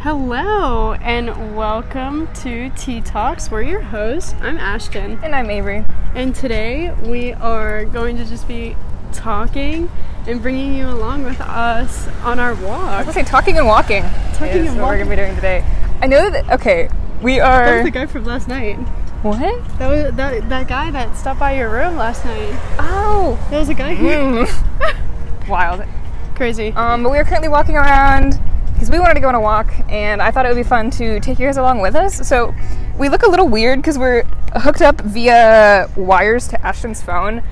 Hello and welcome to Tea Talks. We're your hosts. I'm Ashton. And I'm Avery. And today we are going to just be talking and bringing you along with us on our I was walk. gonna say talking and walking. Talking is and what we're gonna be doing today. I know that. Okay, we That was are. the guy from last night. What? That was that, that guy that stopped by your room last night. Oh. That was a guy Oh. who Mm. Wild. crazy. Um, but we are currently walking around because we wanted to go on a walk, and I thought it would be fun to take you guys along with us. So we look a little weird because we're hooked up via wires to Ashton's phone.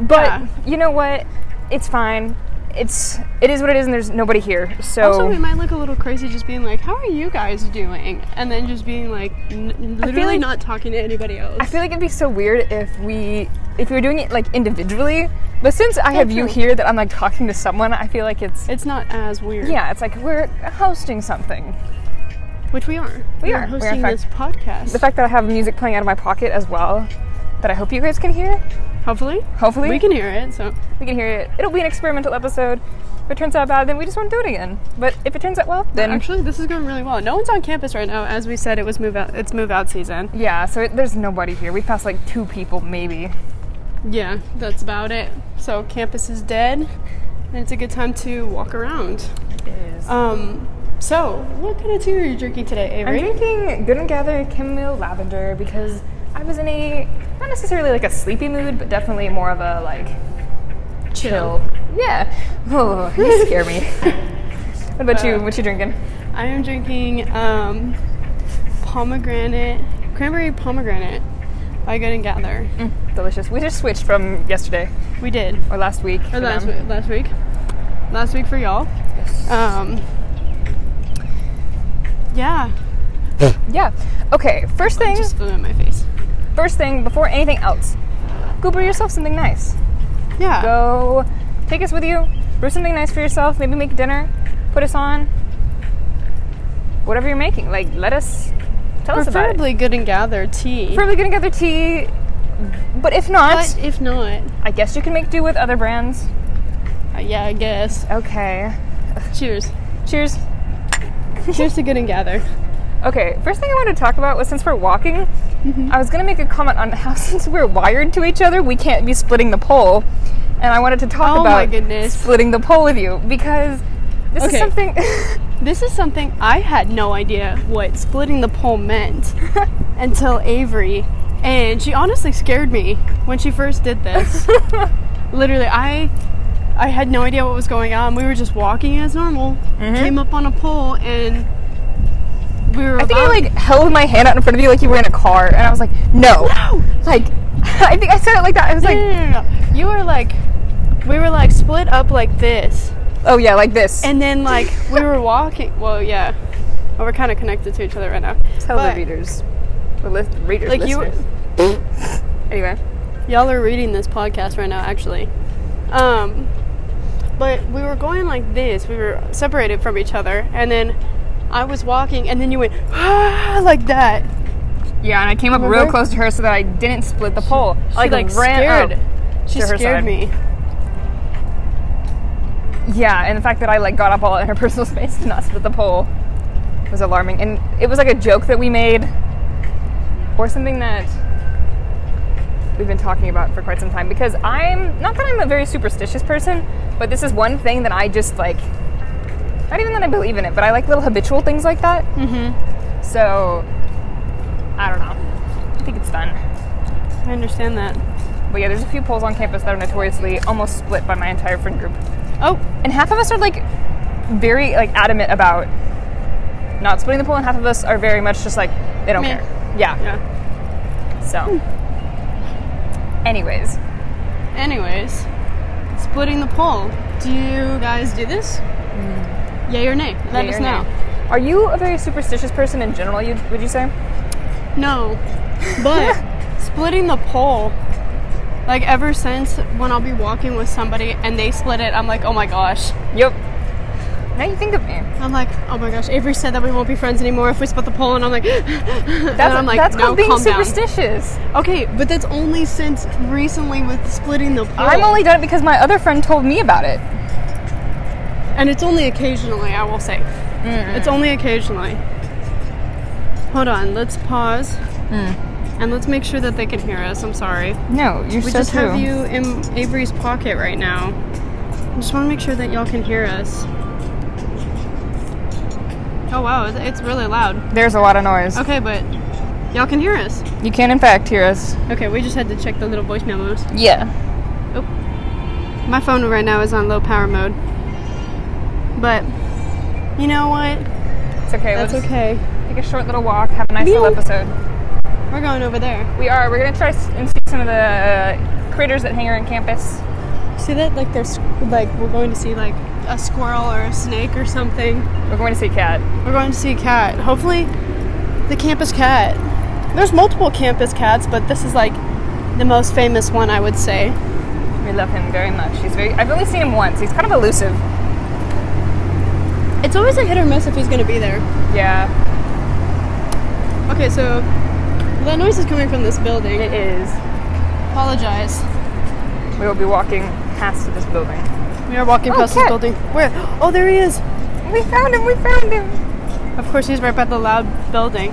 But Yeah. you know what? It's fine. It's it is what it is, and there's nobody here. So Also, we might look a little crazy just being like, "How are you guys doing?" and then just being like, n- literally like- not talking to anybody else. I feel like it'd be so weird if we if we were doing it like individually. But since I have you true. here that I'm like talking to someone, I feel like it's it's not as weird. yeah, it's like we're hosting something. which we are. We We're are. We are, hosting in fact. this podcast. The fact that I have music playing out of my pocket as well that I hope you guys can hear. Hopefully, Hopefully we can hear it. So we can hear it. It'll be an experimental episode. If it turns out bad, then we just won't do it again. But if it turns out well, then actually, this is going really well. No one's on campus right now, as we said. It was move out. It's move out season. yeah. So it, there's nobody here. We passed like two people maybe. Yeah, that's about it. So campus is dead, and it's a good time to walk around. Um, so what kind of tea are you drinking today, I'm Avery? drinking Good and Gather chamomile lavender because I was in a not necessarily like a sleepy mood, but definitely more of a like chill. Yeah. Oh, you scare me. what about Uh, you? What you drinking? I am drinking um, pomegranate, cranberry pomegranate by Good and Gather. Mm. Delicious. We just switched from yesterday We did or last week. or last week, last week, last week for y'all. Um, yeah, Yeah. Okay. First thing. just flew in my face. First thing. Before anything else, go brew yourself something nice. Yeah, Go. Take us with you. Brew something nice for yourself. Maybe make dinner. Put us on. Whatever you're making, like let us tell us about it. preferably Good and Gather tea. probably gonna get their tea. But if not, but if not, I guess you can make do with other brands. uh, yeah, I guess. Okay. Cheers. Cheers. Cheers to Good and Gather. Okay, first thing I wanted to talk about was since we're walking, Mm-hmm. I was gonna make a comment on how since we're wired to each other, we can't be splitting the pole. And I wanted to talk Oh about my goodness. splitting the pole with you because this Okay. is something This is something I had no idea what splitting the pole meant until Avery. And she honestly scared me when she first did this. Literally, I I had no idea what was going on. We were just walking as normal. Mm-hmm. Came up on a pole and we were I think I about- like held my hand out in front of you like you were in a car and I was like, no. No! Like I think I said it like that. I was No, like, no, no, no. You were like we were like split up like this. oh yeah, like this. And then like we were walking well, yeah. Well, we're kind of connected to each other right now. Tell But- the readers. The lis- readers. Like you were listeners. Anyway. Y'all are reading this podcast right now, actually. Um, but we were going like this. We were separated from each other, and then I was walking, and then you went ah, like that. Yeah, and I came up real Remember? close to her so that I didn't split the pole. She I like, ran scared. up. she to her scared side. me. Yeah, and the fact that I like got up all in her personal space to not split the pole was alarming. And it was like a joke that we made, or something that we've been talking about for quite some time. Because I'm not that I'm a very superstitious person, but this is one thing that I just like. Not even that I believe in it, but I like little habitual things like that. Mm-hmm. So I don't know. I think it's fun. I understand that. But yeah, there's a few poles on campus that are notoriously almost split by my entire friend group. Oh, And half of us are like very like adamant about not splitting the pole, and half of us are very much just like they don't Meh. care. Yeah. yeah. So, anyways, Anyways, splitting the pole. Do you guys do this? Yay or nay? Let Mm. yay us or nay. know. Are you a very superstitious person in general? You would you say? No. But splitting the pole, like ever since when I'll be walking with somebody and they split it, I'm like, oh my gosh. Yep. Now you think of me. I'm like, oh my gosh. Avery said that we won't be friends anymore if we split the pole, and I'm like, and That's I'm like, that's no, called being calm down. superstitious. Okay, but that's only since recently with splitting the pole. I'm only done it because my other friend told me about it. and it's only occasionally, I will say. It's only occasionally. Hold on, let's pause. Mm. And let's make sure that they can hear us. I'm sorry. No, you're We so just true. have you in Avery's pocket right now. I just want to make sure that y'all can hear us. Oh wow, it- it's really loud. There's a lot of noise. Okay, but y'all can hear us. You can in fact hear us. Okay, we just had to check the little voice memos. Yeah. My phone right now is on low power mode. But you know what? It's okay. That's we'll just okay. Take a short little walk. Have a nice little Meow. episode. We're going over there. We are. We're gonna try s- and see some of the uh, critters that hang around campus. See that? Like there's like we're going to see like a squirrel or a snake or something. We're going to see cat. We're going to see a cat. Hopefully, the campus cat. There's multiple campus cats, but this is like the most famous one, I would say. We love him very much. He's very. I've only seen him once. He's kind of elusive. It's always a hit or miss if he's going to be there. Yeah. Okay, so that noise is coming from this building. It is. Apologize. We will be walking past this building. We are walking Oh, past cat. this building. Where? Oh, there he is. We found him. We found him. Of course, he's right by the loud building.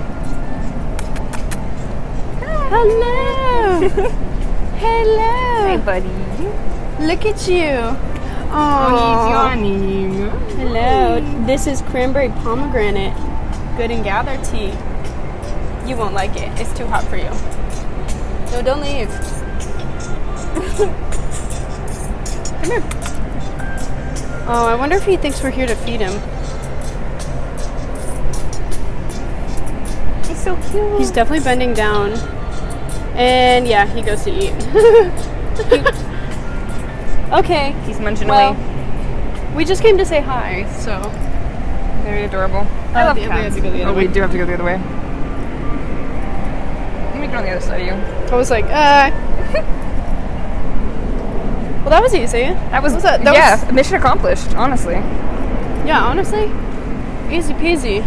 Hello. Hello. Hey, buddy. Look at you. Oh, Oh, he's yawning. hello. This is cranberry pomegranate. Good and gather tea. You won't like it. It's too hot for you. No, don't leave. Come here. Oh, I wonder if he thinks we're here to feed him. He's so cute. He's definitely bending down. And yeah, he goes to eat. okay. He's munching Well, away. we just came to say hi, so. Very adorable. I Oh, love we- we cats. have to go the other oh, we way. do have to go the other way. Let me get on the other side of you. I was like, uh. well, that was easy. That was, What's that? That yeah, was- mission accomplished. Honestly, Yeah, honestly, easy peasy.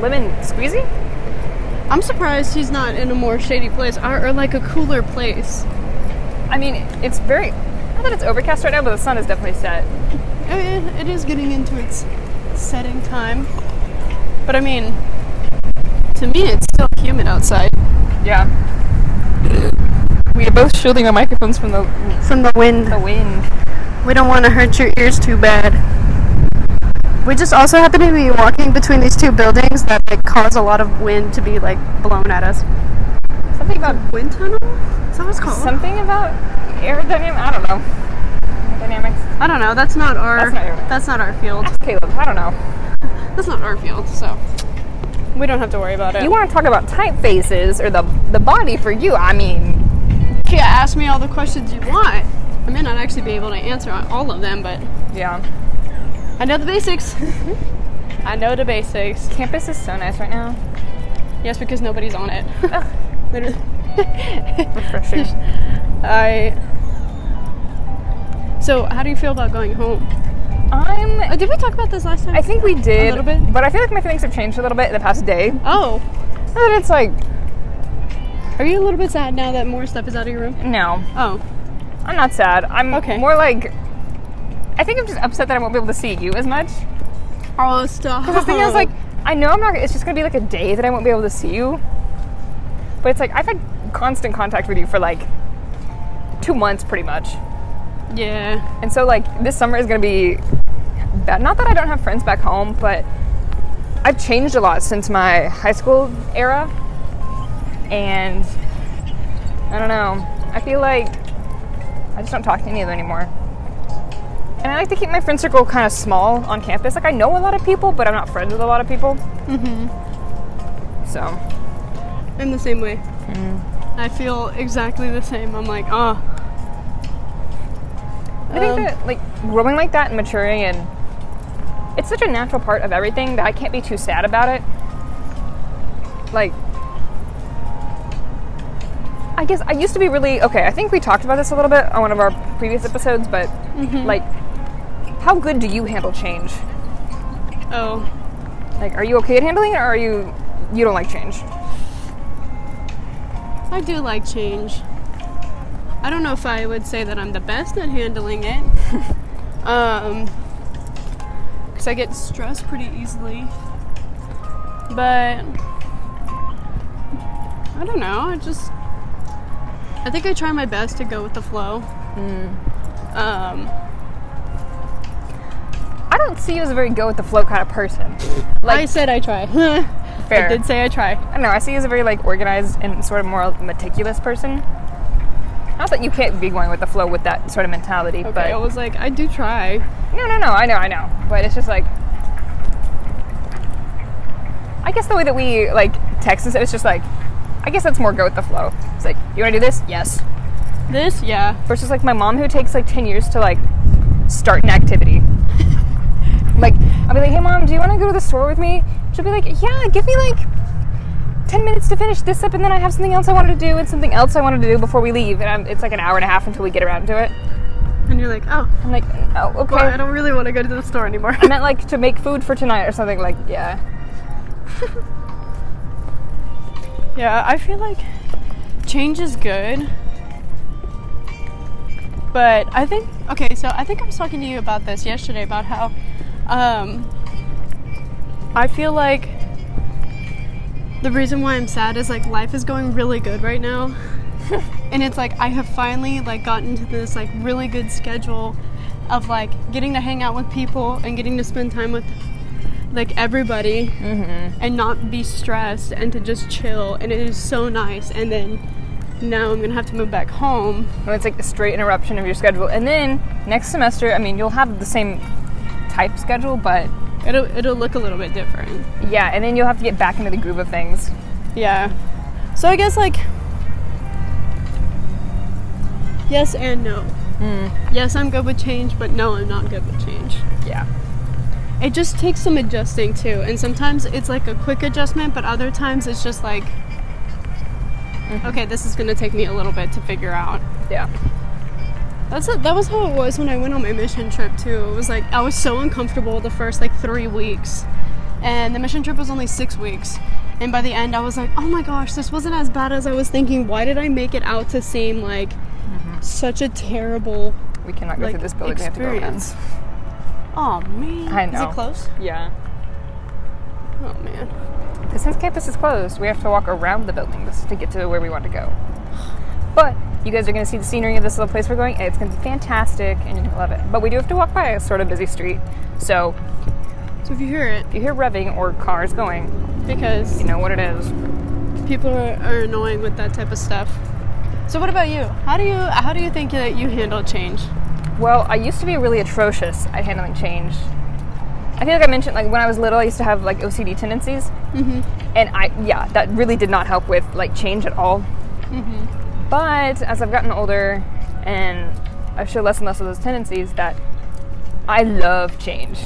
lemon squeezy. I'm surprised he's not in a more shady place or, or like a cooler place. I mean, it's very. Not that it's overcast right now, but the sun is definitely set. I mean, it is getting into its setting time. But I mean, to me, it's still humid outside. Yeah. We are both shielding our microphones from the, From the wind. the wind. We don't want to hurt your ears too bad. We just also happen to be walking between these two buildings that like cause a lot of wind to be like blown at us. Something about Wind tunnel? Is that what it's called? something about aerodynamic. I don't know. Aerodynamics. I don't know. That's not our. That's not your- That's not our field. Ask Caleb. I don't know. That's not our field. So we don't have to worry about it. You want to talk about typefaces or the the body for you? I mean, to ask me all the questions you want. I may not actually be able to answer on all of them, but yeah. I know the basics. I know the basics. Campus is so nice right now. Yes, because nobody's on it. Oh. Literally. Refreshing. I. So, how do you feel about going home? I'm. Oh, did we talk about this last time? I think we did, little bit? but I feel like my feelings have changed a little bit in the past day. oh, Not that it's like are you a little bit sad now that more stuff is out of your room? no, Oh, I'm not sad. I'm Okay. more like. I think I'm just upset that I won't be able to see you as much. oh, stop. Because the thing is, like, I know I'm not. It's just gonna be like a day that I won't be able to see you. But it's like I've had constant contact with you for like two months, pretty much. yeah. And so like this summer is gonna be bad. Not that I don't have friends back home, but I've changed a lot since my high school era. And I don't know. I feel like I just don't talk to any of them anymore. And I like to keep my friend circle kind of small on campus. Like I know a lot of people, but I'm not friends with a lot of people. Mm-hmm. So I'm the same way. Mm. I feel exactly the same. I'm like, oh. I think Um, that like growing like that and maturing and it's such a natural part of everything that I can't be too sad about it. Like I guess I used to be really okay, I think we talked about this a little bit on one of our previous episodes, but like how good do you handle change? Oh, Like are you okay at handling it or are you you don't like change? I do like change. I don't know if I would say that I'm the best at handling it. um, 'cause because I get stressed pretty easily. But I don't know. I just I think I try my best to go with the flow. Hmm. Um, I don't see you as a very go with the flow kind of person. I Like, said I try. I fair. did say I try. I don't know. I see you as a very like organized and sort of more meticulous person. Not that you can't be going with the flow with that sort of mentality, Okay, but I was like, I do try. no, no, no. I know, I know. But it's just like, I guess the way that we like text and stuff, it's just like, I guess that's more go with the flow. It's like, you want to do this? Yes. This, yeah. Versus like my mom who takes like ten years to like start an activity. like I'll be like, hey mom, do you want to go to the store with me? She'll be like, yeah, give me like. 10 minutes to finish this up and then I have something else I wanted to do and something else I wanted to do before we leave and I'm, it's like an hour and a half until we get around to it. And you're like, oh, I'm like, oh, okay. well, I don't really want to go to the store anymore. I meant like to make food for tonight or something like yeah. yeah, I feel like change is good. But I think, okay, so I think I was talking to you about this yesterday about how um, I feel like the reason why I'm sad is like life is going really good right now. and it's like I have finally like gotten to this like really good schedule of like getting to hang out with people and getting to spend time with like everybody and not be stressed and to just chill and it is so nice and then now I'm gonna have to move back home. When it's like a straight interruption of your schedule. And then next semester, I mean, you'll have the same type schedule, but It'll it'll look a little bit different. yeah, and then you'll have to get back into the groove of things. Yeah. So I guess like yes and no. Yes, I'm good with change, but no, I'm not good with change. Yeah. It just takes some adjusting too, and sometimes it's like a quick adjustment, but other times it's just like okay, this is going to take me a little bit to figure out. Yeah. That's it. That was how it was when I went on my mission trip too. It was like I was so uncomfortable the first like three weeks, and the mission trip was only six weeks. And by the end, I was like, oh my gosh, this wasn't as bad as I was thinking. Why did I make it out to seem like such a terrible? We cannot go Like, through Mm-hmm. this building. We have experience. to go Oh man, I Is know. it close? around. Yeah. Oh man, Because since campus is closed, we have to walk around the building just to get to where we want to go. But you guys are going to see the scenery of this little place we're going, and it's going to be fantastic, and you're going to love it. But we do have to walk by a sort of busy street, so so if you hear it, if you hear revving or cars going, because you know what it is. people are, are annoying with that type of stuff. So what about you? How do you how do you think that you handle change? Well, I used to be really atrocious at handling change. I feel like I mentioned, like when I was little, I used to have like OCD tendencies, mm-hmm. and I yeah, that really did not help with like change at all. Mm-hmm. But as I've gotten older, and I've shown less and less of those tendencies, that I love change.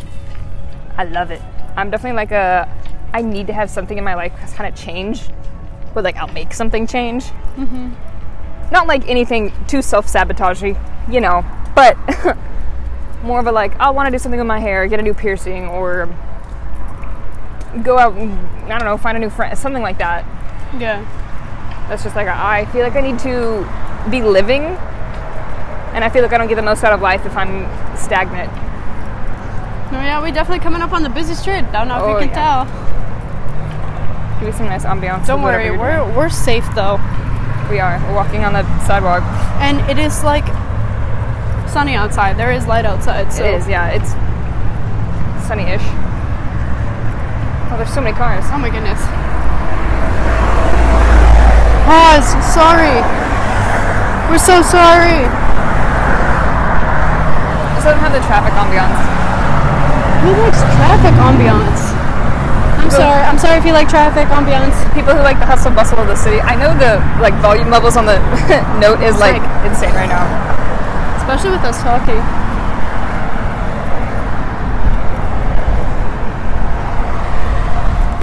I love it. I'm definitely like a I need to have something in my life that's kind of change, or like I'll make something change. Mm-hmm. Not like anything too self-sabotagey, you know, but more of a like I want to do something with my hair, get a new piercing, or go out and I don't know, find a new friend, something like that. Yeah. That's just like I feel like I need to be living, and I feel like I don't get the most out of life if I'm stagnant. No, yeah, we definitely coming up on the busy street. I don't know if Oh, you can yeah. tell. Give me some nice ambiance. Don't of whatever worry, you're we're we're safe though, doing. we are. We're walking on the sidewalk. and it is like sunny outside. There is light outside, so It is, yeah. It's sunny-ish. Oh, there's so many cars. oh my goodness. Pause. Sorry. We're so sorry. Just doesn't have the traffic ambiance. Who likes traffic ambiance? I'm sorry. I'm sorry if you like traffic ambiance. People who like the hustle bustle of the city. I know the like volume levels on the note is like like- insane right now. Especially with us talking.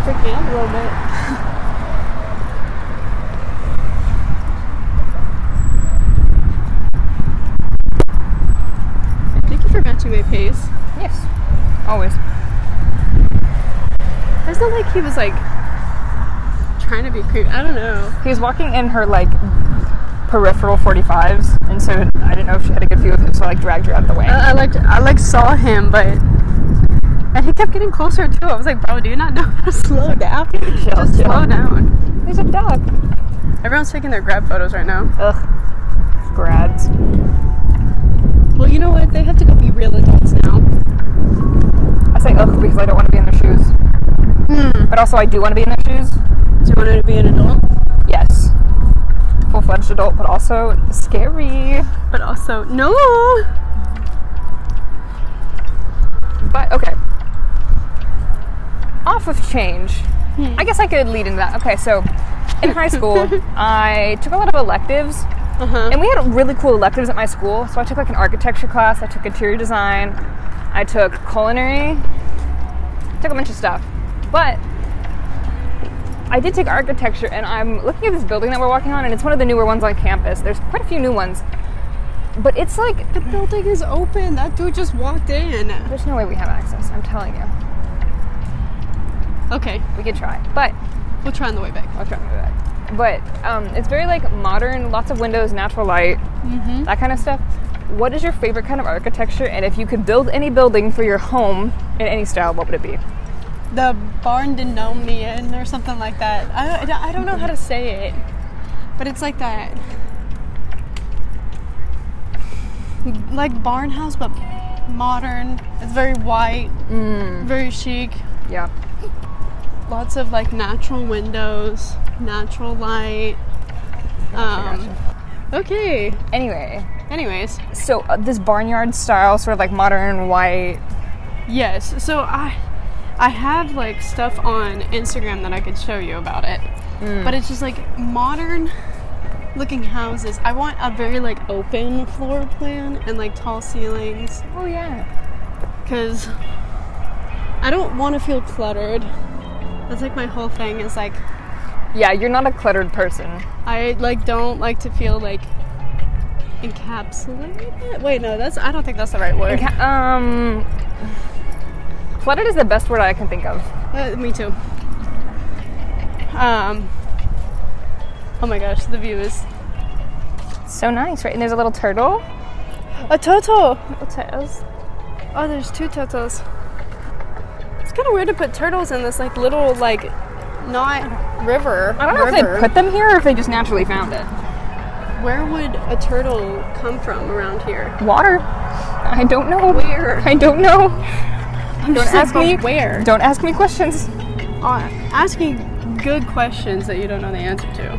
Freaked me out a little bit. Thank you for matching my pace. Yes. Always. It's not like he was like trying to be creepy. I don't know. He was walking in her like peripheral 45s, and so Uh. I didn't know if she had a good view of him, so I like dragged her out of the way. I, I like I like saw him, but And he kept getting closer too. I was like, bro, do you not know how to slow down? Just slow down. There's a dog. Everyone's taking their grab photos right now. Ugh. Grads. Well, you know what? They have to go be real adults now. I say ugh because I don't want to be in their shoes. Hmm. But also, I do want to be in their shoes. Do you want to be an adult? Yes. Full fledged adult, but also scary. But also, no. But okay. Off of change. I guess I could lead into that. Okay, so in high school, I took a lot of electives, Uh huh. and we had really cool electives at my school. So I took like an architecture class, I took interior design, I took culinary, took a bunch of stuff. But I did take architecture, and I'm looking at this building that we're walking on, and it's one of the newer ones on campus. There's quite a few new ones, but it's like The building is open. That dude just walked in. there's no way we have access. I'm telling you, Okay, we could try, but we'll try on the way back. I'll try and do that. But um, it's very like modern, lots of windows, natural light, Mm-hmm. that kind of stuff. What is your favorite kind of architecture? And if you could build any building for your home in any style, what would it be? The barn denomian or something like that. I, I don't- I don't know how to say it, but it's like that. Like barn house, but modern. It's very white, Mm. very chic. Yeah. Lots of like natural windows, natural light. Um, okay. Anyway, Anyways, so uh, this barnyard style, sort of like modern white. Yes. So I I have like stuff on Instagram that I could show you about it. But it's just like modern looking houses. I want a very like open floor plan and like tall ceilings Oh yeah. cuz I don't want to feel cluttered. That's like my whole thing is like Yeah, you're not a cluttered person. I like don't like to feel like encapsulated. Wait, no, that's I don't think that's the right word. Ca- Um, cluttered is the best word I can think of. Uh, me too. Um. Oh my gosh, the view is So nice, right? And there's a little turtle. a turtle. Little turtles. Oh, there's two turtles. It's kind of weird to put turtles in this like little like not river. I don't know river. if they put them here or if they just naturally found it. Where would a turtle come from around here? Water. I don't know. Where? I don't know. Don't just like, ask but me. where? Don't ask me questions. Uh, asking good questions that you don't know the answer to.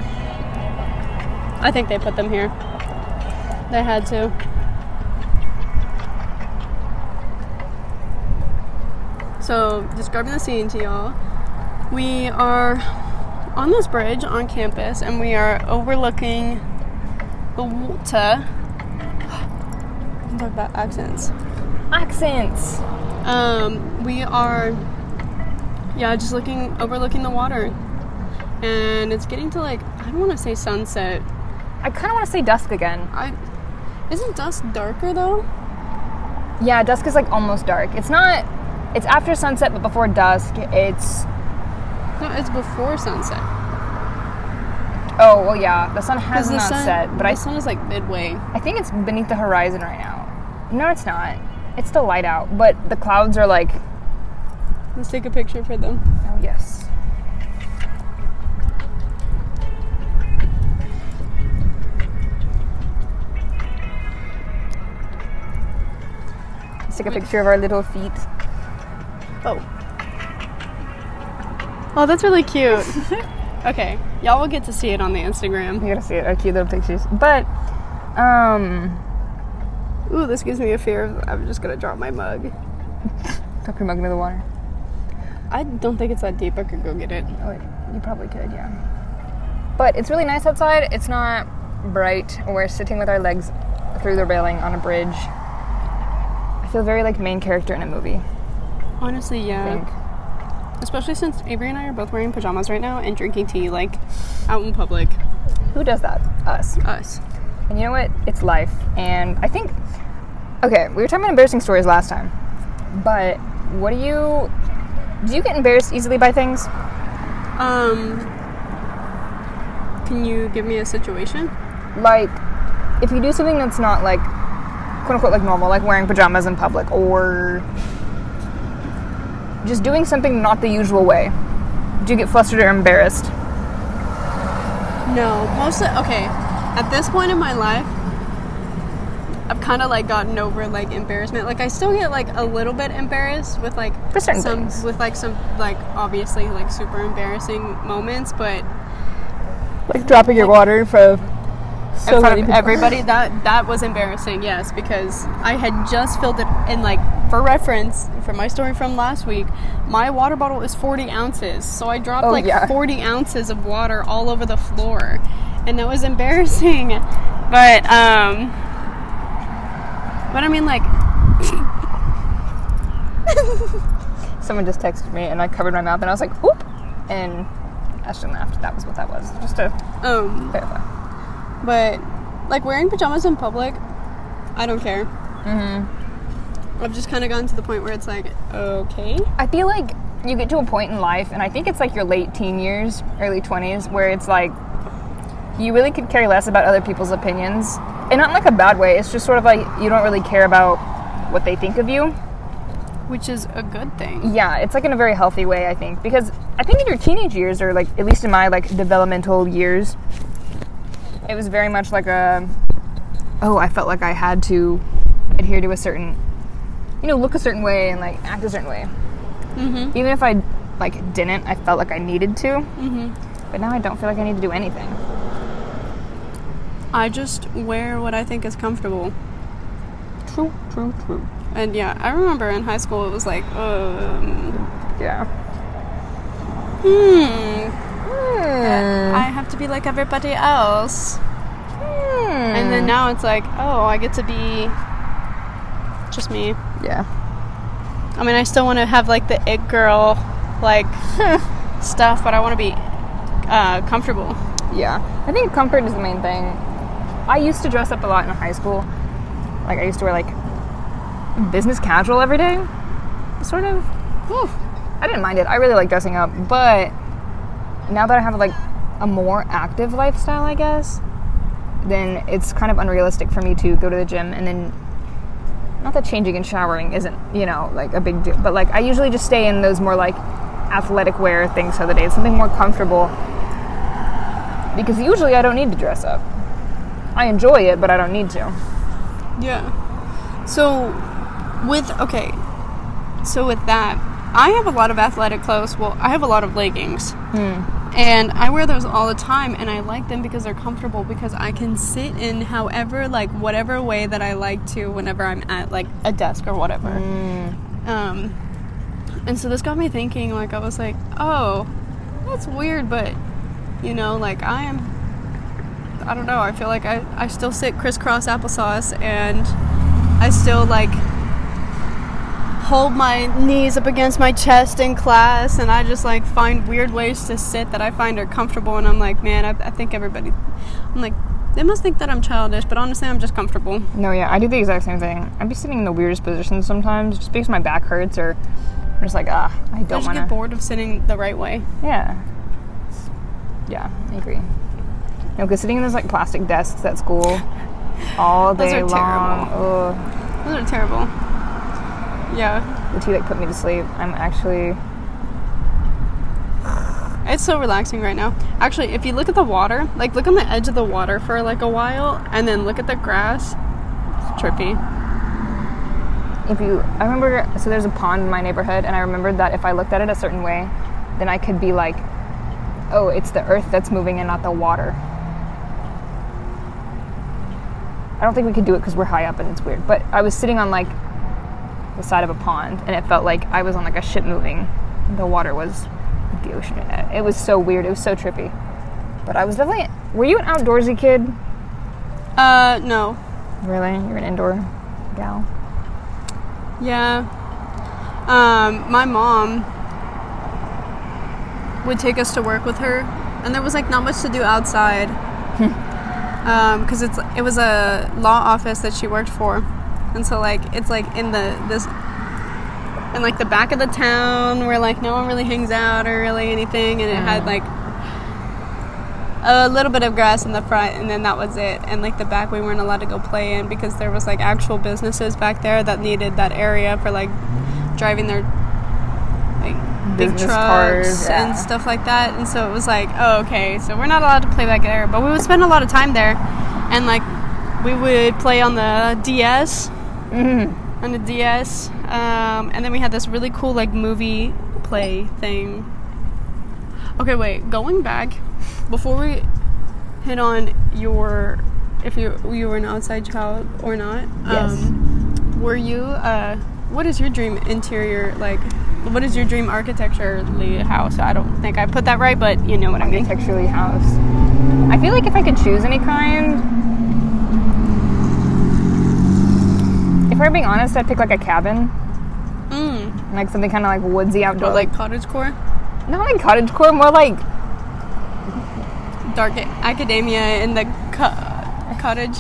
I think they put them here. They had to. So, describing the scene to y'all, we are on this bridge on campus and we are overlooking the water. I'm talking about accents. Accents. Um, we are, yeah, just looking overlooking the water, and it's getting to like I don't want to say sunset. I kind of want to say dusk again. I isn't dusk darker though? Yeah, dusk is like almost dark. It's not. It's after sunset, but before dusk. It's No, it's before sunset oh well, yeah. The sun has the not sun set, but the I sun is like midway. I think it's beneath the horizon right now. No, it's not. It's still light out, but the clouds are like Let's take a picture for them. oh yes. Let's take a picture of our little feet. Oh. Oh, that's really cute. okay, y'all will get to see it on the Instagram. You gotta see it. Our cute little pictures. But, um, Ooh, this gives me a fear of I'm just gonna drop my mug. tuck your mug into the water. I don't think it's that deep. I could go get it. Oh, wait, you probably could, yeah. But it's really nice outside. It's not bright. We're sitting with our legs through the railing on a bridge. I feel very like main character in a movie. Honestly, yeah. I think. Especially since Avery and I are both wearing pajamas right now and drinking tea, like out in public. Who does that? Us. Us. And you know what? It's life. And I think, okay, we were talking about embarrassing stories last time. But what do you? Do you get embarrassed easily by things? Um, can you give me a situation? like if you do something that's not like quote unquote like normal, like wearing pajamas in public or just doing something not the usual way? Do you get flustered or embarrassed? No, mostly okay. At this point in my life, I've kind of like gotten over like embarrassment. Like I still get like a little bit embarrassed with like For certain some things. with like some like obviously like super embarrassing moments, but Like dropping your water in front of in front of everybody that that was embarrassing. Yes, because I had just filled it and like for reference for my story from last week, my water bottle is 40 ounces, so I dropped Oh, like yeah. 40 ounces of water all over the floor, and that was embarrassing. But um, but I mean like Someone just texted me and I covered my mouth and I was like, whoop! And Ashton laughed. That was what that was. Just to um. clarify. But like wearing pajamas in public, I don't care. Mm-hmm. Mm-hmm. I've just kind of gotten to the point where it's like, okay, I feel like you get to a point in life, and I think it's like your late teen years, early 20s, where it's like you really could care less about other people's opinions. And not in like a bad way, it's just sort of like you don't really care about what they think of you. which is a good thing. Yeah, it's like in a very healthy way, I think, because I think in your teenage years, or like at least in my like developmental years, it was very much like a oh, I felt like I had to adhere to a certain, you know, look a certain way and like act a certain way. Mm-hmm. Even if I like didn't, I felt like I needed to. Mm-hmm. But now I don't feel like I need to do anything. I just wear what I think is comfortable. True, true, true. And yeah, I remember in high school it was like, um, Yeah. hmm, Hmm. I have to be like everybody else. And then now it's like, oh, I get to be just me. yeah, I mean, I still want to have like the it girl like stuff, but I want to be uh, comfortable. yeah. I think comfort is the main thing. I used to dress up a lot in high school. Like I used to wear like business casual every day. Sort of. I didn't mind it. I really like dressing up, but now that I have like a more active lifestyle, I guess, then it's kind of unrealistic for me to go to the gym and then not that changing and showering isn't, you know, like a big deal, but like I usually just stay in those more like athletic wear things for the day, something more comfortable because usually I don't need to dress up. I enjoy it, but I don't need to. Yeah. So, with okay, so with that, I have a lot of athletic clothes. Well, I have a lot of leggings, and I wear those all the time, and I like them because they're comfortable. Because I can sit in however, like whatever way that I like to, whenever I'm at like a desk or whatever. Um, and so this got me thinking. Like I was like, oh, that's weird, but you know, like I am I don't know. I feel like I, I still sit crisscross applesauce and I still like hold my knees up against my chest in class and I just like find weird ways to sit that I find are comfortable and I'm like, man, I, I think everybody, I'm like, they must think that I'm childish, but honestly, I'm just comfortable. No, yeah, I do the exact same thing. I'd be sitting in the weirdest positions sometimes, just because my back hurts, or I'm just like, ah, I I don't just want get to. bored of sitting the right way. Yeah, yeah, I agree. No, because sitting in those like plastic desks at school all Those day are long, ugh, Those are terrible. Yeah. the tea like put me to sleep. I'm actually It's so relaxing right now. Actually, if you look at the water, like look on the edge of the water for like a while and then look at the grass, it's trippy. if you i remember so there's a pond in my neighborhood and i remembered that if i looked at it a certain way then i could be like oh it's the earth that's moving and not the water i don't think we could do it because we're high up and it's weird but i was sitting on like the side of a pond and it felt like i was on like a ship moving the water was the ocean it was so weird it was so trippy but i was definitely were you an outdoorsy kid Uh, no. really you're an indoor gal Yeah. Um, my mom would take us to work with her, and there was like not much to do outside. Because it's it was a law office that she worked for, and so like it's like in the this in like the back of the town where like no one really hangs out or really anything, and it had like a little bit of grass in the front and then that was it and like the back we weren't allowed to go play in because there was like actual businesses back there that needed that area for like driving their big Business trucks cards, yeah. and stuff like that. And so it was like, oh, okay, so we're not allowed to play back there, but we would spend a lot of time there, and like we would play on the DS, Mm-hmm. on the DS, um, and then we had this really cool like movie play thing. Okay, wait, going back before we hit on your if you you were an outside child or not. Yes. Um, were you? Uh, what is your dream interior like? What is your dream architecturally house? I don't think I put that right, but you know what I mean. architecturally house. I feel like if I could choose any kind, if we're being honest, I'd pick like a cabin, Mm. like something kind of Hmm. like woodsy outdoor, But like like cottage core, not like cottage core, more like dark academia in the co- cottage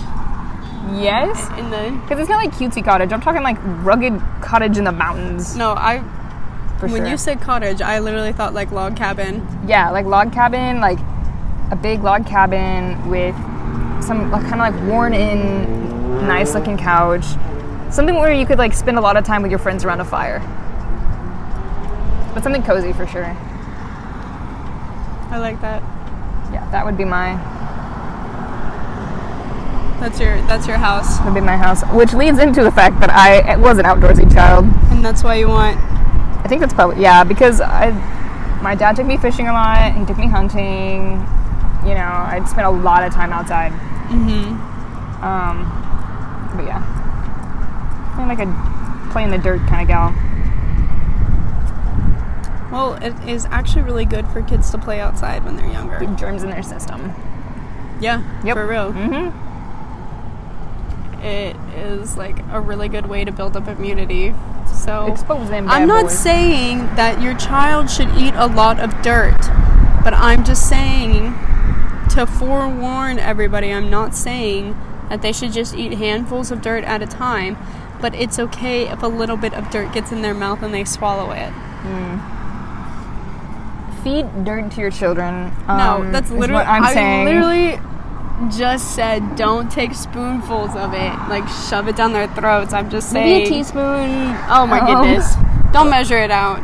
yes, in the. because it's not like cutesy cottage. I'm talking like rugged cottage in the mountains. No, I for when sure. you said cottage, I literally thought like log cabin. yeah, like log cabin, like a big log cabin with some like, kind of like worn in, nice looking couch, something where you could like spend a lot of time with your friends around a fire, but something cozy for sure. I like that. Yeah, that would be my That's your that's your house, would be my house, which leads into the fact that I was an outdoorsy child. and that's why you want. I think that's probably yeah because I my dad took me fishing a lot. He took me hunting. You know, I'd spent a lot of time outside. Mm-hmm. Um, but yeah, I'm like a play in the dirt kind of gal. Well, it is actually really good for kids to play outside when they're younger. Get germs in their system. Yeah, Yep. for real. Mm-hmm. It is like a really good way to build up immunity. So Expose them. Oh. I'm bad not boys. saying that your child should eat a lot of dirt, but I'm just saying to forewarn everybody. I'm not saying that they should just eat handfuls of dirt at a time, but it's okay if a little bit of dirt gets in their mouth and they swallow it. feed dirt to your children. No, um, that's is literally. what I'm I saying. literally just said don't take spoonfuls of it. Like shove it down their throats. I'm just saying. Maybe a teaspoon. Oh my Um, goodness! Don't measure it out.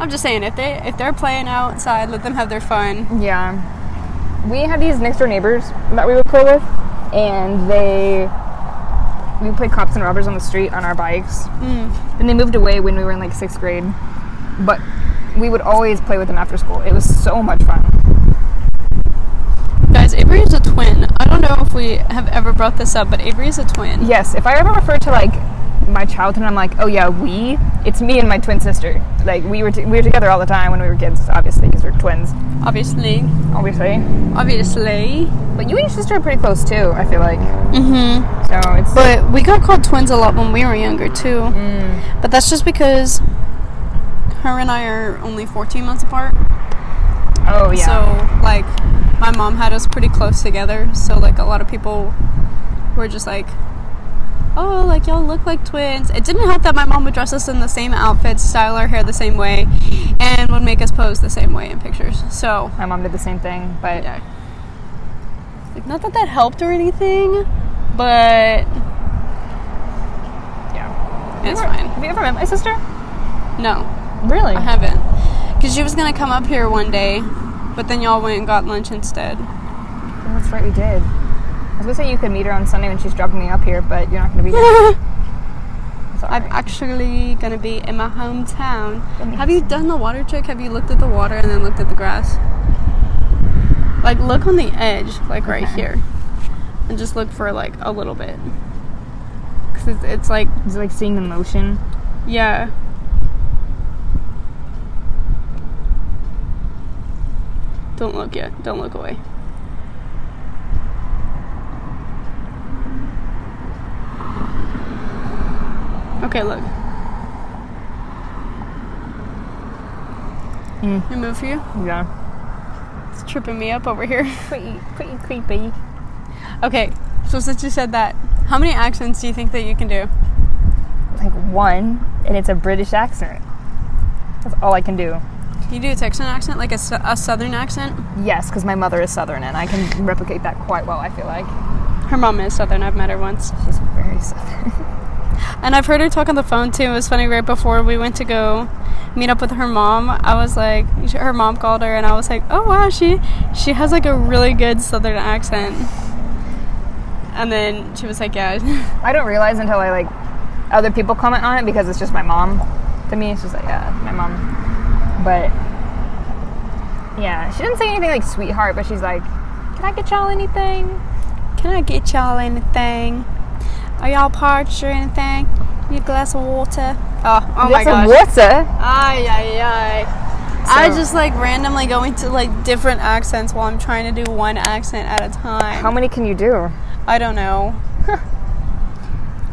I'm just saying if they if they're playing outside, let them have their fun. Yeah. We had these next door neighbors that we would play with, and they. We played cops and robbers on the street on our bikes. Mm. And they moved away when we were in like sixth grade. But we would always play with them after school. It was so much fun. Guys, Avery is a twin. I don't know if we have ever brought this up, but Avery is a twin. Yes, if I ever refer to like my childhood, I'm like, oh yeah, we. It's me and my twin sister. Like we were t- we were together all the time when we were kids, obviously, because we're twins, Obviously, obviously. obviously. But you and your sister are pretty close too. I feel like. Mm-hmm. So it's But we got called twins a lot when we were younger too. But that's just because her and I are only 14 months apart. oh yeah. So like my mom had us pretty close together, so like a lot of people were just like Oh, like y'all look like twins. It didn't help that my mom would dress us in the same outfits, style our hair the same way, and would make us pose the same way in pictures. So, my mom did the same thing, but yeah. Like, not that that helped or anything, but yeah. it's Have you ever- fine. Have you ever met my sister? No, Really? I haven't. Because she was going to come up here one day, but then y'all went and got lunch instead. That's right, we did. I was gonna say you could meet her on Sunday when she's dropping me up here, but you're not gonna be there. It's all I'm right. actually gonna be in my hometown. That makes Have you done the water trick? Have you looked at the water and then looked at the grass? Like, look on the edge, like right Okay. here, and just look for like a little bit. Cause it's, it's like, It's like seeing the motion. yeah. Don't look yet. Don't look away. Okay, look. Mm. You move for you? Yeah. It's tripping me up over here. Pretty, pretty creepy. Okay, so since you said that, how many accents do you think that you can do? Like one, and it's a British accent. That's all I can do. Can you do a Texan accent, like a, su- a Southern accent? Yes, because my mother is Southern, and I can replicate that quite well. I feel like Her mom is Southern. I've met her once. she's very Southern. And I've heard her talk on the phone too. It was funny right before we went to go meet up with her mom. I was like, her mom called her, and I was like, oh wow, she she has like a really good Southern accent. And then she was like, yeah, I don't realize until I like other people comment on it because it's just my mom. To me, it's just like yeah, my mom. But yeah, she didn't say anything like sweetheart, but she's like, "Can I get y'all anything?" can I get y'all anything? Are y'all parched or anything? Need a glass of water? Oh, oh my Get some gosh. water. Ay, ay, ay. I So- just like randomly going to like different accents while I'm trying to do one accent at a time. How many can you do? I don't know.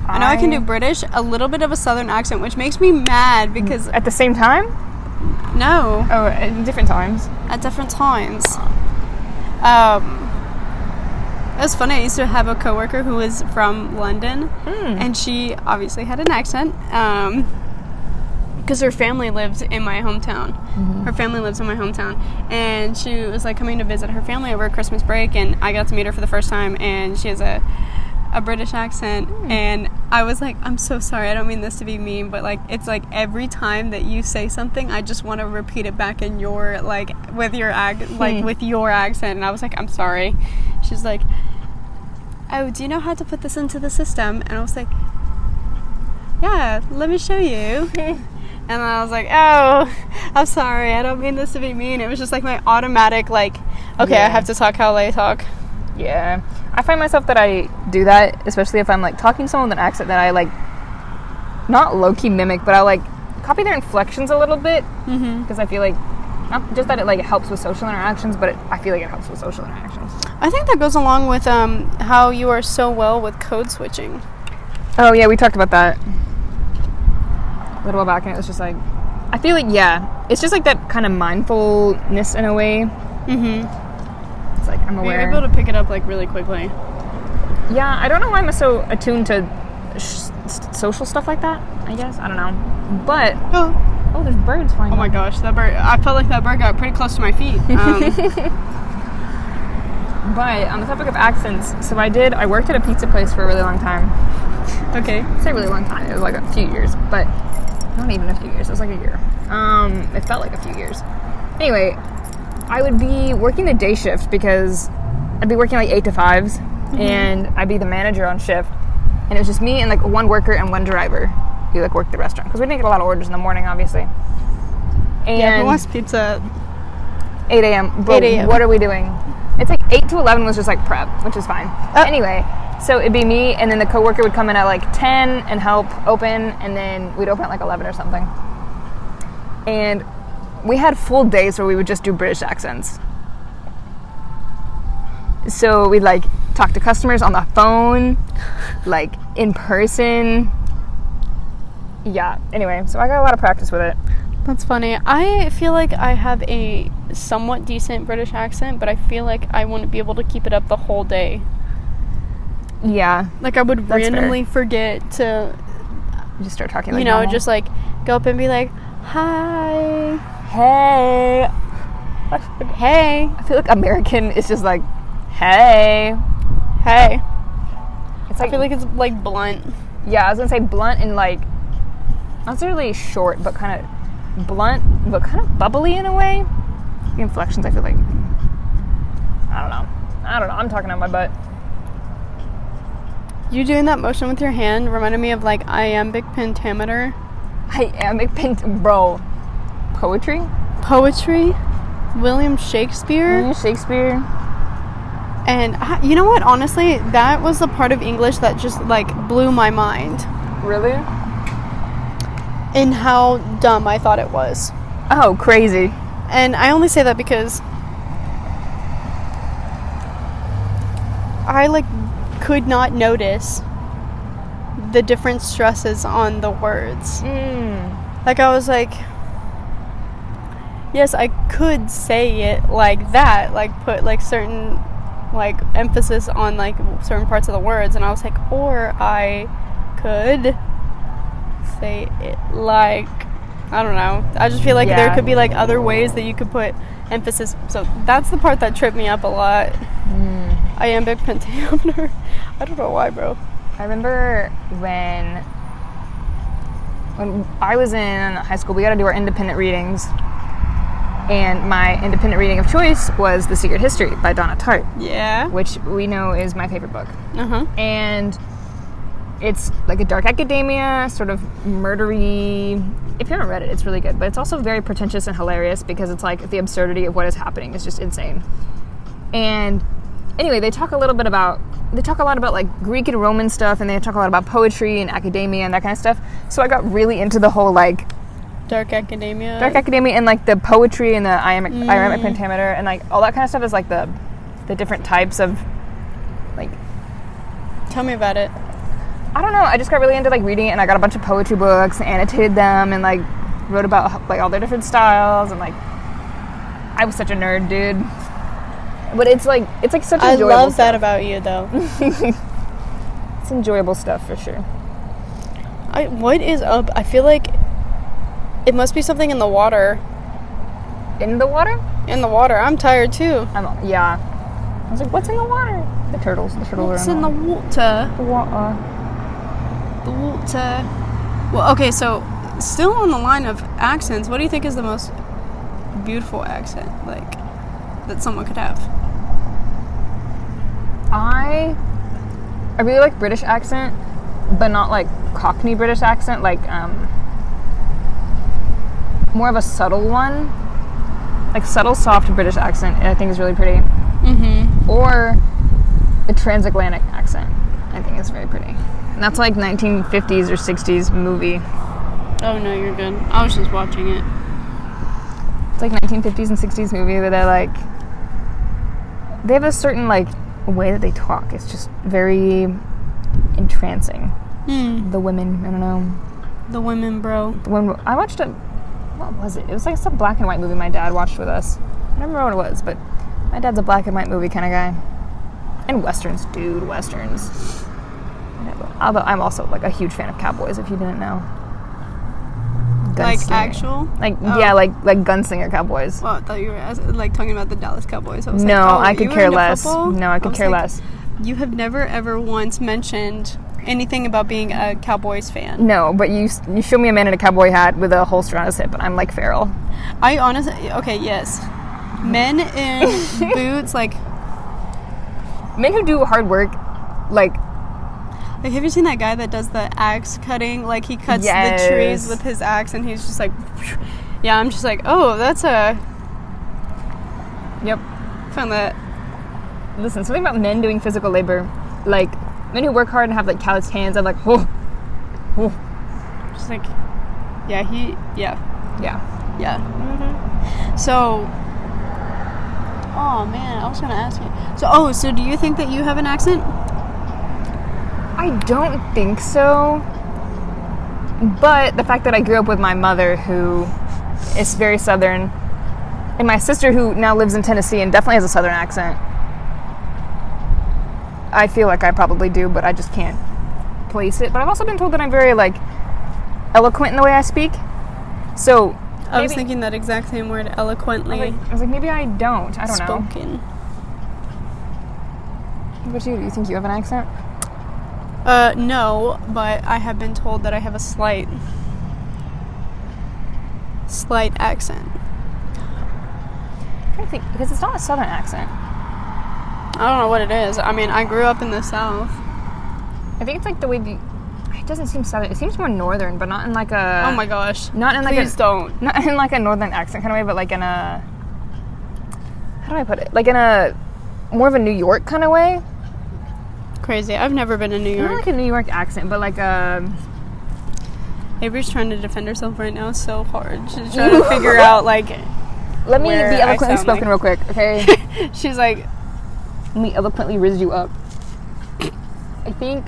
I know I can do Um, British, a little bit of a southern accent, which makes me mad because at the same time. no, Oh, at different times. at different times. Um, it was funny. I used to have a coworker who was from London, and she obviously had an accent. Um, because her family lives in my hometown. Her family lives in my hometown, and she was like coming to visit her family over Christmas break, and I got to meet her for the first time, and she has a a British accent, and I was like, I'm so sorry, I don't mean this to be mean, but like it's like every time that you say something, I just want to repeat it back in your like with your ac- like with your accent, and I was like, I'm sorry. She's like, Oh, do you know how to put this into the system? And I was like, Yeah, let me show you. And I was like, oh, I'm sorry. I don't mean this to be mean. It was just like my automatic, like, okay, Yeah. I have to talk how they talk. Yeah, I find myself that I do that, especially if I'm like talking to someone with an accent that I like, not low key mimic, but I like copy their inflections a little bit because I feel like not just that it like helps with social interactions, but it, I feel like it helps with social interactions. I think that goes along with um, how you are so well with code switching. Oh yeah, we talked about that a little while back, and it was just like, I feel like yeah, it's just like that kind of mindfulness in a way. Mm-hmm. It's like I'm aware. You're able to pick it up like really quickly. Yeah, I don't know why I'm so attuned to sh- s- social stuff like that. I guess I don't know, but Oh, oh, there's birds flying. oh my gosh, that bird! I felt like that bird got pretty close to my feet. Um, But on the topic of accents, so I did. I worked at a pizza place for a really long time. okay. I say really long time. It was like a few years, but not even a few years. It was like a year. Um, it felt like a few years. Anyway, I would be working the day shift because I'd be working like eight to 5s Mm-hmm. and I'd be the manager on shift, and it was just me and like one worker and one driver who like worked the restaurant because we didn't get a lot of orders in the morning, obviously. And Yeah, who wants pizza? 8 a.m. But 8 a.m.. what are we doing? It's like 8 to 11 was just like prep, which is fine. Oh. Anyway, so it'd be me, and then the coworker would come in at like 10 and help open, and then we'd open at like 11 or something. And we had full days where we would just do British accents. So we'd like talk to customers on the phone, like in person. Yeah. Anyway, so I got a lot of practice with it. That's funny. I feel like I have a somewhat decent British accent, but I feel like I wouldn't be able to keep it up the whole day. Yeah. Like I would That's fair. randomly forget to, You just start talking. Like you know, normal. just like go up and be like, "Hi, hey. hey, I feel like American is just like, hey. hey." It's I like, feel like it's like blunt. yeah, I was gonna say blunt and like, not necessarily short, but kind of blunt, but kind of bubbly in a way. The inflections, I feel like, I don't know. I don't know. I'm talking out my butt. You doing that motion with your hand reminded me of like iambic pentameter I am a pent, bro. Poetry? poetry, William Shakespeare, Mm, Shakespeare? and I, you know what? Honestly, that was the part of English that just like blew my mind Really? in how dumb I thought it was. Oh, crazy. And I only say that because I like could not notice the different stresses on the words. Mm. Like I was like yes, I could say it like that, like put like certain like emphasis on like certain parts of the words and I was like or I could say it like I don't know. I just feel like there Yeah. could be like other ways that you could put emphasis. So that's the part that tripped me up a lot. Hmm. Iambic pentameter. I don't know why, bro. I remember when when I was in high school, we got to do our independent readings. And my independent reading of choice was The Secret History by Donna Tartt, Yeah. which we know is my favorite book. Uh huh. And it's like a dark academia, sort of murdery. If you haven't read it, it's really good. But it's also very pretentious and hilarious because it's like the absurdity of what is happening is just insane. And anyway, they talk a little bit about they talk a lot about like Greek and Roman stuff, and they talk a lot about poetry and academia and that kind of stuff. So I got really into the whole like Dark academia. dark academia and like the poetry and the iambic, iambic pentameter and like all that kind of stuff is like the the different types of like Tell me about it. I don't know. I just got really into like reading it, and I got a bunch of poetry books, and annotated them, and like wrote about like all their different styles, and like I was such a nerd, dude. But it's like it's like such I enjoyable. love stuff. that about you, though. It's enjoyable stuff for sure. I, what is up? I feel like it must be something in the water. In the water? In the water. I'm tired too. I'm yeah. I was like, what's in the water? The turtles. The turtles What's are in the water? the water? The water. Well, okay, so still on the line of accents, what do you think is the most beautiful accent, like, that someone could have? I I really like British accent, but not like Cockney British accent, like um more of a subtle one. Like subtle soft British accent I think is really pretty. Mm-hmm. Or a transatlantic accent. I think is very pretty. And that's like 1950s or 60s movie. Oh no, you're good. I was just watching it. It's like 1950s and 60s movie where they're like they have a certain like way that they talk. It's just very entrancing. Hmm. The women, I don't know. The women, bro. when I watched a what was it? It was like some black and white movie my dad watched with us. I don't remember what it was, but my dad's a black and white movie kind of guy. And westerns, dude, westerns. And I love- Although I'm also like a huge fan of cowboys, if you didn't know. Like Gunslinger. actual? Like Oh. yeah, like like gunslinger cowboys. Well, I thought you were as- like talking about the Dallas Cowboys. I was no, like, oh, I you could were care into less. football? No, I could was care like, less. You have never ever once mentioned anything about being a Cowboys fan. No, but you s- you show me a man in a cowboy hat with a holster on his hip, and I'm like feral. I honestly, okay, yes. Men in boots, like, Men who do hard work, like like, have you seen that guy that does the axe cutting? Like, he cuts the Yes. trees with his axe and he's just like, yeah, I'm just like, oh, that's a, yep, found that, listen, something about men doing physical labor, like men who work hard and have like calloused hands. I'm like, oh, oh, just like, yeah, he, yeah, yeah. yeah. Mm-hmm. So, oh man, I was gonna ask you. So, oh, so do you think that you have an accent? I don't think so. But the fact that I grew up with my mother, who is very southern, and my sister, who now lives in Tennessee and definitely has a southern accent, I feel like I probably do, but I just can't place it. But I've also been told that I'm very like eloquent in the way I speak. So I was maybe- thinking that exact same word, I eloquently was, like, I was like, maybe I don't. I don't know. spoken. What about you? Do you think you have an accent? Uh, no, but I have been told that I have a slight, slight accent. I think because it's not a southern accent. I don't know what it is. I mean, I grew up in the South. I think it's like the way you. It doesn't seem southern. It seems more northern, but not in like a. oh my gosh! Not in like Please a. don't. Not in like a northern accent kind of way, but like in a. How do I put it? Like in a more of a New York kind of way. Crazy. I've never been in New Not York. like a New York accent, but like um, a. Avery's trying to defend herself right now so hard. She's trying to figure out like Let me Where be I eloquently sound like- spoken real quick, okay? she's like Let me eloquently riz you up. I think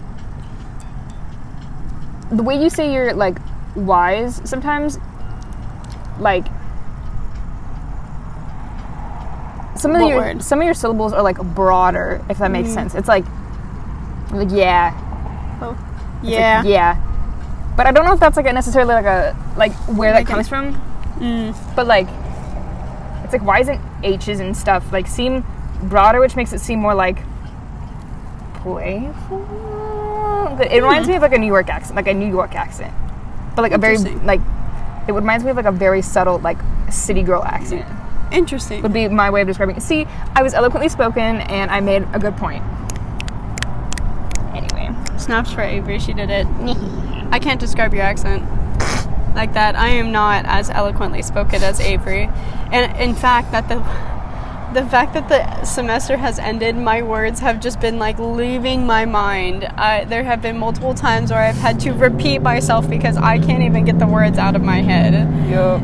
the way you say you're like wise sometimes, like some of What your word? Mm-hmm. some of your syllables are like broader, if that makes sense. It's like like yeah, oh, it's like, yeah. yeah. But I don't know if that's like a necessarily like a like where that Like an- comes from. Mm-hmm. Mm. But like, it's like why isn't H's and stuff like seem broader, which makes it seem more like Hmm. playful? But it reminds me of like a New York accent, like a New York accent. but like a very Interesting. like it reminds me of like a very subtle like city girl accent Interesting. would be my way of describing it. See, I was eloquently spoken and I made a good point. Anyway, Snaps for Avery. She did it. I can't describe your accent like that. I am not as eloquently spoken as Avery, and in fact, that the the fact that the semester has ended, my words have just been like leaving my mind. I, there have been multiple times where I've had to repeat myself because I can't even get the words out of my head. yup.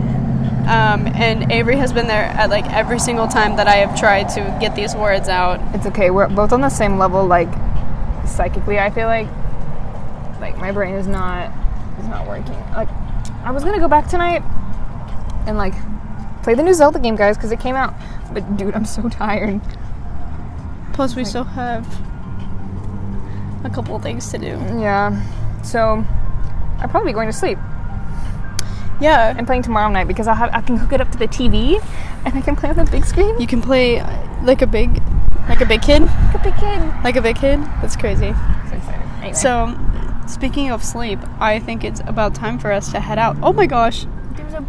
Um, and Avery has been there at like every single time that I have tried to get these words out. It's okay. We're both on the same level, like psychically. I feel like like my brain is not is not working. Like I was gonna go back tonight and like play the new Zelda game, guys, because it came out. But dude, I'm so tired. Plus, we still have a couple of things to do. Yeah. So I'm probably going to sleep. Yeah. I'm playing tomorrow night because I have I can hook it up to the TV and I can play on the big screen. You can play uh, like a big, like a big kid, a big kid. like a big kid. That's crazy. So excited. Anyway. So, speaking of sleep, I think it's about time for us to head out. Oh my gosh,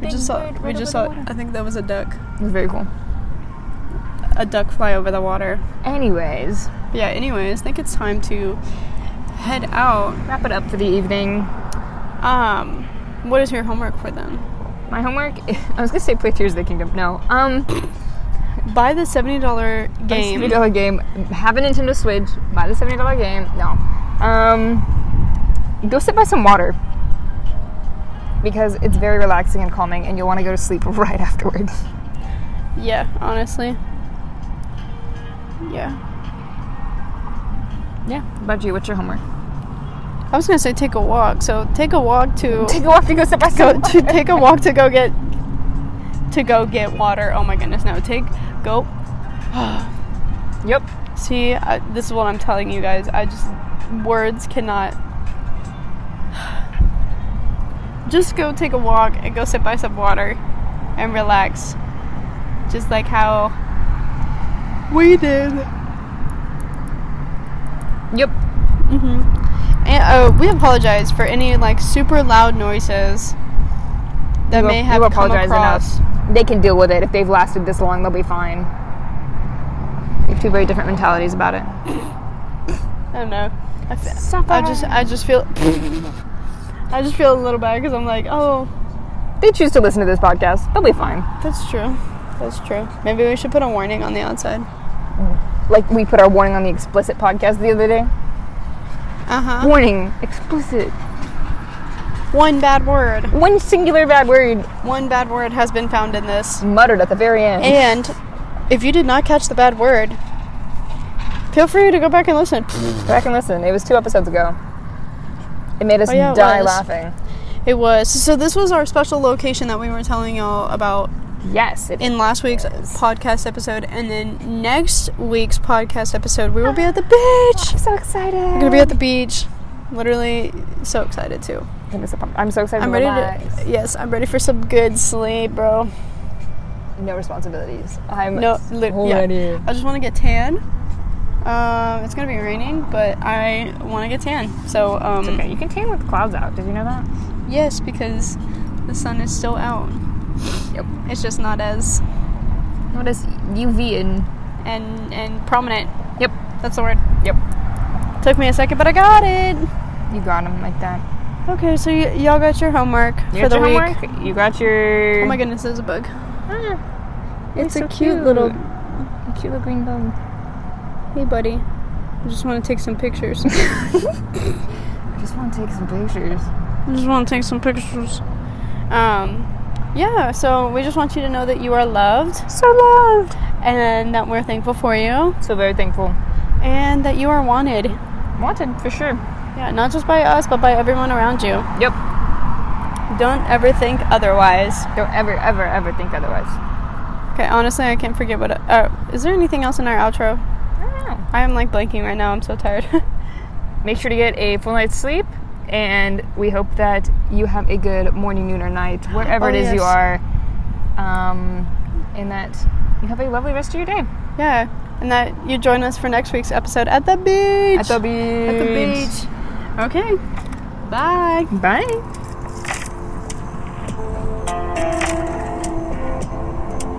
we just saw. We just saw. I think that was a duck. It was very cool. A duck fly over the water. Anyways, But yeah. Anyways, I think it's time to head out. wrap it up for the evening. Um, what is your homework for them? My homework. I was gonna say play Tears of the Kingdom. No. Um. Buy the seventy dollar Seventy game. dollar game. Have a Nintendo Switch. Buy the seventy dollar game. No. Um. Go sit by some water. Because it's very relaxing and calming, and you'll want to go to sleep right afterward. Yeah. Honestly. Yeah. Yeah. What about you? What's your homework? I was gonna say take a walk. So take a walk to Take a walk to go sit by go some water. to take a walk to go get to go get water. Oh my goodness, no. Take go. Yep. See, I, this is what I'm telling you guys. I just words cannot. Just go take a walk and go sit by some water and relax. Just like how we did. Yep. And uh, we apologize for any like super loud noises that You may ap- have you come apologize across. they can deal with it. If they've lasted this long, they'll be fine. We have two very different mentalities about it. I don't know. I, fe- Stop I just I just feel I just feel a little bad because I'm like, oh, They choose to listen to this podcast. They'll be fine. that's true. That's true. Maybe we should put a warning on the outside. Like we put our warning on the explicit podcast the other day. Uh huh. Warning, explicit. One bad word. One singular bad word One bad word has been found in this. muttered at the very end. And if you did not catch the bad word, feel free to go back and listen. Back and listen. It was two episodes ago. It made us Oh, yeah, it die was. laughing. It was so. This was our special location that we were telling y'all about Yes. It, in last week's podcast episode, and then next week's podcast episode, we will be at the beach. I'm so excited. I'm gonna be at the beach. Literally so excited too. I'm so excited. I'm to ready relax. to yes, I'm ready for some good sleep, bro. No responsibilities. I'm No, so li- yeah. ready. I just wanna get tan. Um, it's gonna be raining, but I wanna get tan. So um Okay, you can tan with clouds out. Did you know that? yes, because the sun is still out. Yep. It's just not as What is UV in? and and prominent. Yep. That's the word. Yep. Took me a second, but I got it. You got them like that. Okay, so y- y'all got your homework You for got the your week. homework. You got your. Oh my goodness, there's a bug. Ah, It's, so a cute little a cute little green bug. Hey, buddy. I just want to take some pictures. I just want to take some pictures. I just want to take some pictures. Um, yeah, so we just want you to know that you are loved So loved. and that we're thankful for you So very thankful. and that you are wanted. Wanted for sure. Yeah, not just by us, but by everyone around you. Yep. Don't ever think otherwise. Don't ever, ever, ever think otherwise. Okay, honestly, I can't forget what. Uh, is there anything else in our outro? I don't know. I am like blanking right now. I'm so tired. Make sure to get a full night's sleep, and we hope that you have a good morning, noon, or night, wherever Oh, it is you yes. are, um, and that you have a lovely rest of your day. yeah, and that you join us for next week's episode at the beach. At the beach. At the beach. Okay. Bye. Bye.